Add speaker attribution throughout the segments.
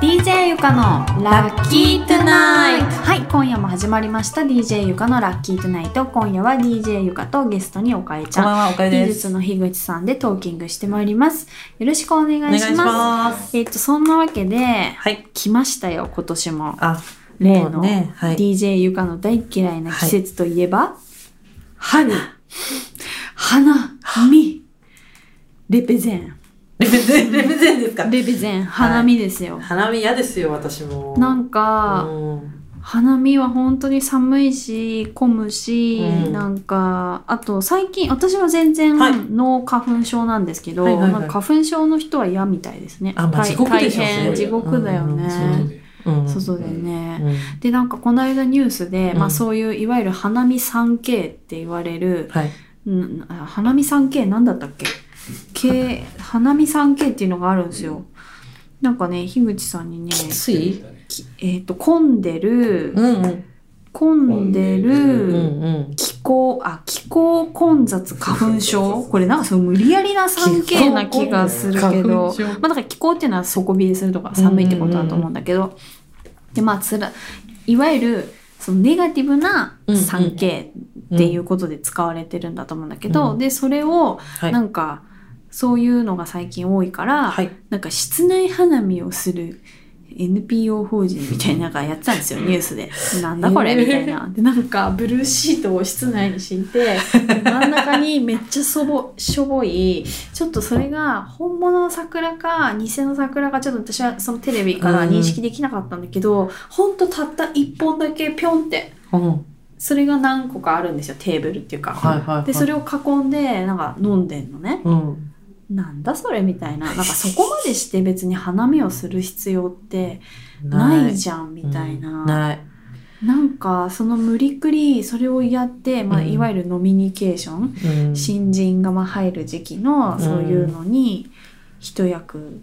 Speaker 1: DJ ゆかのラッキートゥナイト
Speaker 2: Tonight
Speaker 1: はい今夜も始まりました DJ ゆかのラッキートゥナイト今夜は DJ ゆかとゲストにおかえち
Speaker 2: こんば
Speaker 1: ゃん
Speaker 2: んは、おかゆ
Speaker 1: 技
Speaker 2: です。
Speaker 1: 術の樋口さんでトーキングしてまいりますよろしくお願
Speaker 2: お
Speaker 1: いします
Speaker 2: ます。
Speaker 1: えっとそんなわけで
Speaker 2: はい。
Speaker 1: 来ましたよ今年も
Speaker 2: あ、
Speaker 1: 例
Speaker 2: も
Speaker 1: の
Speaker 2: うね、はい。
Speaker 1: DJ ゆかの大嫌いな季節といえば、春花見レペゼン
Speaker 2: レベゼン、レベゼンですか
Speaker 1: レペゼン花見ですよ、
Speaker 2: 花見嫌ですよ、私も。
Speaker 1: なんか、
Speaker 2: うん
Speaker 1: 花見は本当に寒いし混むし、
Speaker 2: うん
Speaker 1: なんかあと最近私は全然
Speaker 2: はい
Speaker 1: 脳花粉症なんですけど、
Speaker 2: はいはいはい
Speaker 1: なんか花粉症の人は嫌みたいですね。
Speaker 2: あまあ
Speaker 1: 大
Speaker 2: 地獄でしょ
Speaker 1: 大
Speaker 2: それ
Speaker 1: 変地獄だよね。
Speaker 2: うんうんうん
Speaker 1: 外でね。
Speaker 2: うん
Speaker 1: でなんかこの間ニュースで、
Speaker 2: うん
Speaker 1: まあ、そういういわゆる花見 3K って言われる、
Speaker 2: はい。
Speaker 1: うん、あ花見 3K なんだったっけ K 花見 3K っていうのがあるんですよ。なんかね樋口さんにね、
Speaker 2: きつい
Speaker 1: きえっと混んでる、
Speaker 2: うんうん。
Speaker 1: 混んで
Speaker 2: う
Speaker 1: る
Speaker 2: んうん。
Speaker 1: 気候、あ、気候混雑花粉症これなんかその無理やりな 3K な気がするけ
Speaker 2: 花粉
Speaker 1: ど、
Speaker 2: 症
Speaker 1: まあだから気候っていうのは底冷えするとか寒いってことだと思うんだけど、で、まあつら、いわゆるそのネガティブな 3K っていうことで使われてるんだと思うんだけど、
Speaker 2: うん
Speaker 1: で、それを
Speaker 2: はい
Speaker 1: なんかそういうのが最近多いから、
Speaker 2: はい。
Speaker 1: なんか室内花見をする NPO 法人みたいなのがやってたんですよ、ニュースで。なんだこれ
Speaker 2: えー
Speaker 1: みたいな。で、なんかブルーシートを室内に敷い て、真ん中にめっちゃそぼ、しょぼい、ちょっとそれが本物の桜か偽の桜かちょっと私はそのテレビから認識できなかったんだけど、ほんとたった一本だけぴょんって、
Speaker 2: うん
Speaker 1: それが何個かあるんですよ、テーブルっていうか。
Speaker 2: はいはいはい。
Speaker 1: で、それを囲んで、なんか飲んでんのね。
Speaker 2: うん。
Speaker 1: なんだそれみたいな。なんかそこまでして別に花見をする必要ってないじゃんみたいな。
Speaker 2: うん
Speaker 1: な
Speaker 2: ない。
Speaker 1: んかその無理くりそれをやって、まあ、
Speaker 2: うん
Speaker 1: いわゆる飲みニケーション、
Speaker 2: うん
Speaker 1: 新人がまあ入る時期のそういうのに一役、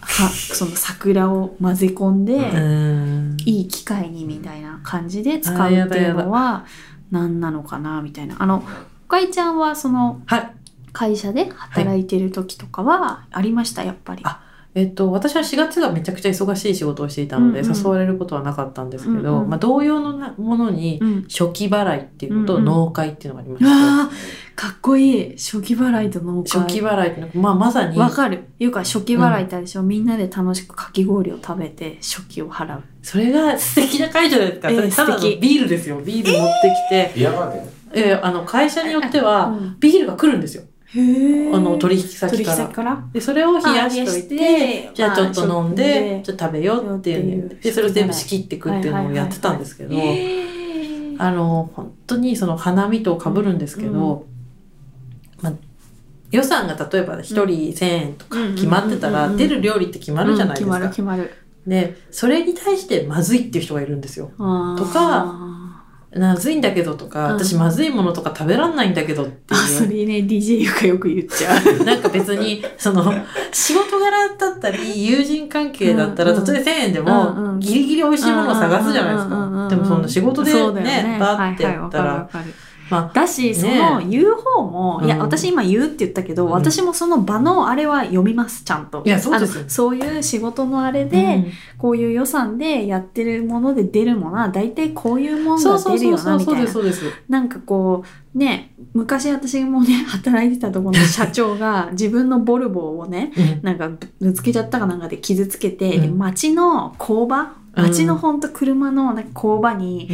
Speaker 1: はその桜を混ぜ込んで、
Speaker 2: うん。
Speaker 1: いい機会にみたいな感じで使うっていうのは何なのかなみたいな。あの、おかいちゃんはその
Speaker 2: はい。
Speaker 1: 会社で働いてる時とかはありました、やっぱり。
Speaker 2: あえっと、私は4月がめちゃくちゃ忙しい仕事をしていたので、
Speaker 1: うんうん
Speaker 2: 誘われることはなかったんですけど、
Speaker 1: うんうん
Speaker 2: まあ、同様のなものに
Speaker 1: うん。
Speaker 2: 初期払いっていうのと
Speaker 1: うんうん
Speaker 2: 納会っていうのがありまし
Speaker 1: う
Speaker 2: た、
Speaker 1: わあ、かっこいい。初期払いと納会。
Speaker 2: 初期払いっていうのは、まあ、まさに
Speaker 1: わかる。いうか、初期払いってあれでしょ、みんなで楽しくかき氷を食べて、初期を払う。
Speaker 2: それが素敵な会じゃないですか、
Speaker 1: ええ
Speaker 2: それただの
Speaker 1: 素敵
Speaker 2: ビールですよビール持ってきて、
Speaker 3: ビアガーデン
Speaker 2: ええあの会社によって
Speaker 1: う
Speaker 2: は
Speaker 1: ん、
Speaker 2: ビールが来るんですよ、
Speaker 1: へ
Speaker 2: あの取引
Speaker 1: 取
Speaker 2: 先
Speaker 1: 引
Speaker 2: から
Speaker 1: 先から。
Speaker 2: でそれを冷やし
Speaker 1: あ冷や
Speaker 2: といて
Speaker 1: して
Speaker 2: じゃあちょっと飲ん
Speaker 1: まあ
Speaker 2: でちょっと食べようっていう
Speaker 1: っ
Speaker 2: ね
Speaker 1: ていう
Speaker 2: でそれを全部仕切ってくっていうのをやってたんですけど、
Speaker 1: へー
Speaker 2: あの本当にその花見とかぶるんですけど、まあ、予算が例えば一人1,000円とか決まってた
Speaker 1: うんうんうんう
Speaker 2: ら
Speaker 1: ん
Speaker 2: 出る料理って決まるじゃないですか。
Speaker 1: うん決まる決
Speaker 2: でそれに対してまずいっていう人がいるんですよ。
Speaker 1: まる。
Speaker 2: とかまずいんだけどとか、
Speaker 1: うん
Speaker 2: 私まずいものとか食べらんないんだけどって
Speaker 1: あー、あそれ
Speaker 2: い
Speaker 1: ね、DJ ゆかよく言っちゃう。
Speaker 2: う。なんか別にその仕事柄だったり友人関係だったら
Speaker 1: うんうん
Speaker 2: たとえ1,000円で
Speaker 1: うんう
Speaker 2: も
Speaker 1: ん
Speaker 2: ギリギリ美味しいものを探すじゃないです
Speaker 1: うんうんうんうんう
Speaker 2: か
Speaker 1: ん
Speaker 2: でもその仕事で
Speaker 1: そうだよ
Speaker 2: ねバーってやった
Speaker 1: はいはいわ
Speaker 2: ら
Speaker 1: かるわかる
Speaker 2: ま
Speaker 1: だし、その言う方も、いや、
Speaker 2: うん
Speaker 1: 私今言うって言ったけど、
Speaker 2: うん
Speaker 1: 私もその場のあれは読みます、ちゃんと。
Speaker 2: いやそうですよ
Speaker 1: あのそういう仕事のあれ
Speaker 2: う
Speaker 1: で、
Speaker 2: ん
Speaker 1: こういう予算でやってるもので出るものは、大体こういうも
Speaker 2: そ
Speaker 1: の
Speaker 2: う
Speaker 1: が
Speaker 2: そう
Speaker 1: 出る
Speaker 2: そう
Speaker 1: よ
Speaker 2: そ
Speaker 1: な、
Speaker 2: う
Speaker 1: み
Speaker 2: そう
Speaker 1: たい
Speaker 2: で
Speaker 1: な
Speaker 2: す。そうです。
Speaker 1: なんかこう、ね、昔私もね、働いてたところの社長が自分のボルボをね、
Speaker 2: うん
Speaker 1: なんかぶぶつけちゃったかなんかで傷つけて、
Speaker 2: うん
Speaker 1: で町の工場
Speaker 2: うん
Speaker 1: 町のほんと車のなんか工場に、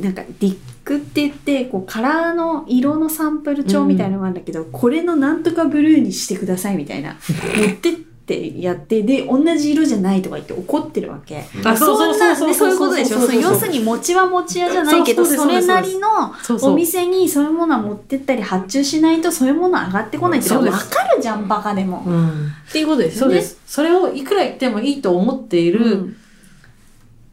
Speaker 1: なんかディックって言ってこうカラーの色のサンプル帳みたいのがあるんだけど、これのなんとかブルーにしてくださいみたい な持ってってやってで同じ色じゃないとか言って怒ってるわけ
Speaker 2: あそうそうそうん
Speaker 1: なねそういうことでしょ
Speaker 2: そうそうそう
Speaker 1: その要するに餅は餅屋じゃないけど
Speaker 2: そう
Speaker 1: そ
Speaker 2: そうで
Speaker 1: れ
Speaker 2: す
Speaker 1: なりの
Speaker 2: そうそう
Speaker 1: お店にそういうものは持ってったり発注しないとそういうものは上がってこないって
Speaker 2: そう
Speaker 1: 分
Speaker 2: です
Speaker 1: かるじゃんバカでも、
Speaker 2: うん
Speaker 1: っていうことです
Speaker 2: そう
Speaker 1: よね
Speaker 2: です。それをいくら言ってもいいと思ってい
Speaker 1: うん
Speaker 2: る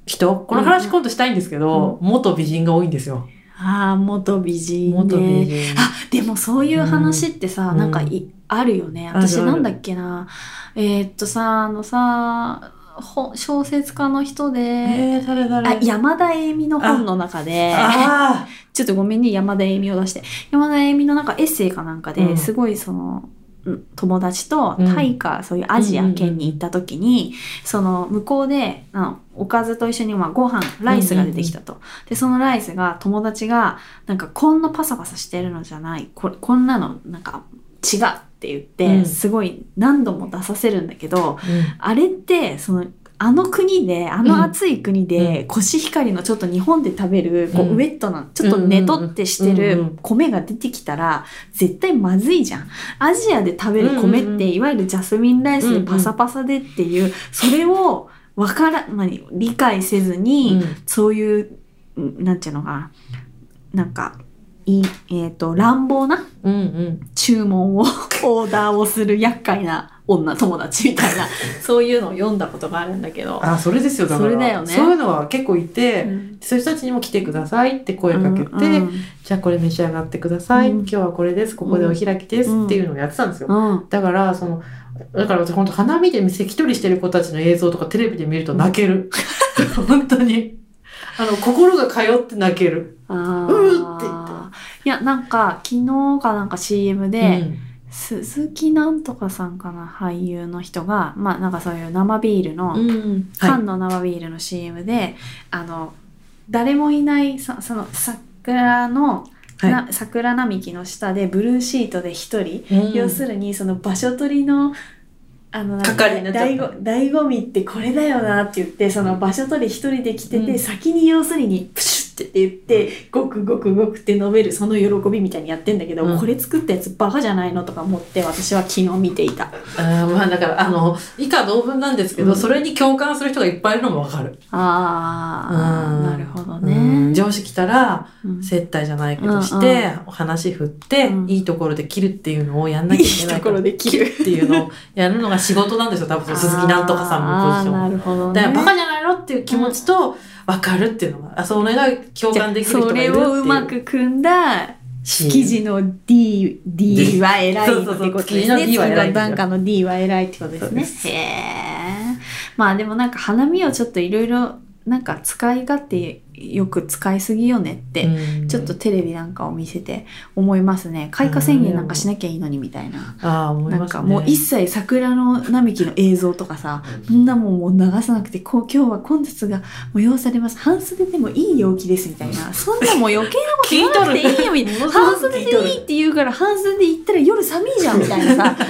Speaker 2: 人、この話今度したいんですけど、元美人が多いんですよ。
Speaker 1: ああ元美人ね
Speaker 2: 元美人。
Speaker 1: あでもそういう話ってさ、
Speaker 2: うん
Speaker 1: なんかいあるよね
Speaker 2: ある
Speaker 1: 私
Speaker 2: ある
Speaker 1: なんだっけなえーっとさあのさほ小説家の人で、
Speaker 2: えー、誰誰
Speaker 1: あ山田栄美の本の中で
Speaker 2: あ
Speaker 1: ちょっとごめんね山田栄美を出して山田栄美のなんかエッセイかなんかで、
Speaker 2: うん
Speaker 1: すごいそのうん友達と
Speaker 2: うん
Speaker 1: タイか、そういうアジア圏に行った時に、その向こうであのおかずと一緒にまあご飯ライスが出てきたと、でそのライスが友達がなんかこんなパサパサしてるのじゃないここんなのなんか違うって言って、
Speaker 2: うん
Speaker 1: すごい何度も出させるんだけどあれってそのあの国であの暑い国で、コシヒカリのちょっと日本で食べるこう、
Speaker 2: うん
Speaker 1: ウェットなちょっとねとってして
Speaker 2: うんう
Speaker 1: る
Speaker 2: ん
Speaker 1: 米が出てきたら絶対まずいじゃん。アジアで食べる米って、
Speaker 2: うんうんうん
Speaker 1: いわゆるジャスミンライスでパサパサでっていう、それをわから何理解せずに、そういうんなんていうのかななんかいえっ、と乱暴な
Speaker 2: うんうん
Speaker 1: 注 文をオーダーをする厄介な女友達みた いなそういうのを読んだことがあるんだけど、
Speaker 2: あそれですよだから
Speaker 1: それだよね
Speaker 2: そういうのは結構いて、
Speaker 1: うん
Speaker 2: そういう人たちにも来てくださいって声かけて、
Speaker 1: うん
Speaker 2: じゃあこれ召し上がってください、
Speaker 1: うん
Speaker 2: 今日はこれですここでお開きですっていうのをやってたんですよ、
Speaker 1: うん
Speaker 2: だからそのだから私本当花見で関取してる子たちの映像とかテレビで見ると泣ける、 本当にあの心が通って泣ける、
Speaker 1: あ
Speaker 2: うーって言った
Speaker 1: いやなんか昨日かなんか CM で、
Speaker 2: うん
Speaker 1: 鈴木なんとかさんかな俳優の人がまあなんかそういう生ビールの、
Speaker 2: うん
Speaker 1: 缶の生ビールの CM で、あの誰もいないそその桜の、
Speaker 2: はい
Speaker 1: な桜並木の下でブルーシートで一人、
Speaker 2: うん
Speaker 1: 要するにその場所取りのあのなんか
Speaker 2: 係になっちゃっ
Speaker 1: 醍
Speaker 2: た
Speaker 1: 醐醍醐味ってこれだよなって言ってその場所取り一人で来てて、
Speaker 2: うん
Speaker 1: 先に要するにプシュッって言ってごくごくごくって飲めるその喜びみたいにやってんだけど、
Speaker 2: うん
Speaker 1: これ作ったやつバカじゃないのとか思って私は昨日見ていた。
Speaker 2: あーまあだからあの以下同文なんですけ
Speaker 1: う
Speaker 2: ど、
Speaker 1: ん
Speaker 2: それに共感する人がいっぱいいるのもわかる、
Speaker 1: あー
Speaker 2: うん
Speaker 1: なるほど
Speaker 2: うん
Speaker 1: ね。
Speaker 2: 上司来たら
Speaker 1: うん
Speaker 2: 接待じゃないけどして、お話振って、
Speaker 1: うん
Speaker 2: いいところで切るっていうのをやんなきゃいけない
Speaker 1: いいところで切る
Speaker 2: っていうのをやるのが仕事なんですよ多分鈴木なんとかさんのポジション
Speaker 1: あーなるほどね。
Speaker 2: だからバカじゃないのっていう気持ちと分かるっていうのが、あそれが共感できる人
Speaker 1: そ
Speaker 2: がい
Speaker 1: れ
Speaker 2: るっていう
Speaker 1: をうまく組んだ記事の D, D は偉いってこと
Speaker 2: そうそうそう
Speaker 1: です
Speaker 2: 記事の
Speaker 1: ね。
Speaker 2: D は偉いんですよ
Speaker 1: 段階の D は偉いってことですね。
Speaker 2: そう
Speaker 1: へえ。まあでもなんか花見をちょっといろいろなんか使い勝手よく使いすぎよねって、
Speaker 2: うん
Speaker 1: ちょっとテレビなんかを見せて思いますね。開花宣言なんかしなきゃいいのにみたいな。
Speaker 2: あー思い
Speaker 1: な
Speaker 2: ま
Speaker 1: ん
Speaker 2: す
Speaker 1: か
Speaker 2: ね
Speaker 1: もう一切桜の並木の映像とかさそんなもんもう流さなくてこう今日は混雑が催されます半袖でもいい陽気ですみたいなそんなもう余計なこと
Speaker 2: 聞い
Speaker 1: 言わな
Speaker 2: と
Speaker 1: く
Speaker 2: る
Speaker 1: ていいよみたいな半袖でいいって言うから半袖で行ったら夜寒いじゃんみたい なさなんか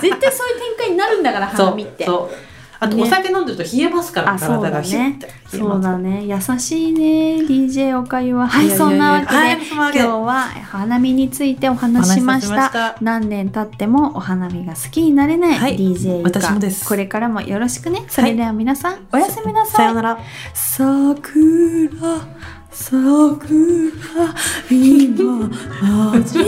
Speaker 1: 絶対そういう展開になるんだから
Speaker 2: そ
Speaker 1: 花
Speaker 2: う
Speaker 1: 見って
Speaker 2: そうあと
Speaker 1: ね
Speaker 2: お酒飲んでると冷えますから、
Speaker 1: あ
Speaker 2: 体
Speaker 1: そうだ
Speaker 2: が
Speaker 1: ね
Speaker 2: ヒュッて冷えます
Speaker 1: そうだね優しいね DJ おかゆははいい
Speaker 2: やい
Speaker 1: そ
Speaker 2: やいや
Speaker 1: んなわけで
Speaker 2: はいそんなわけで
Speaker 1: 今日は花見についてお
Speaker 2: お
Speaker 1: 話
Speaker 2: 話
Speaker 1: し
Speaker 2: し
Speaker 1: しまし
Speaker 2: させ
Speaker 1: た何年経ってもお花見が好きになれない
Speaker 2: はい
Speaker 1: DJ ゆか
Speaker 2: 私もです
Speaker 1: これからもよろしくねそれでは皆さん、おやすみな
Speaker 2: さ
Speaker 1: さ
Speaker 2: よ
Speaker 1: い
Speaker 2: なら
Speaker 1: 桜桜今味わ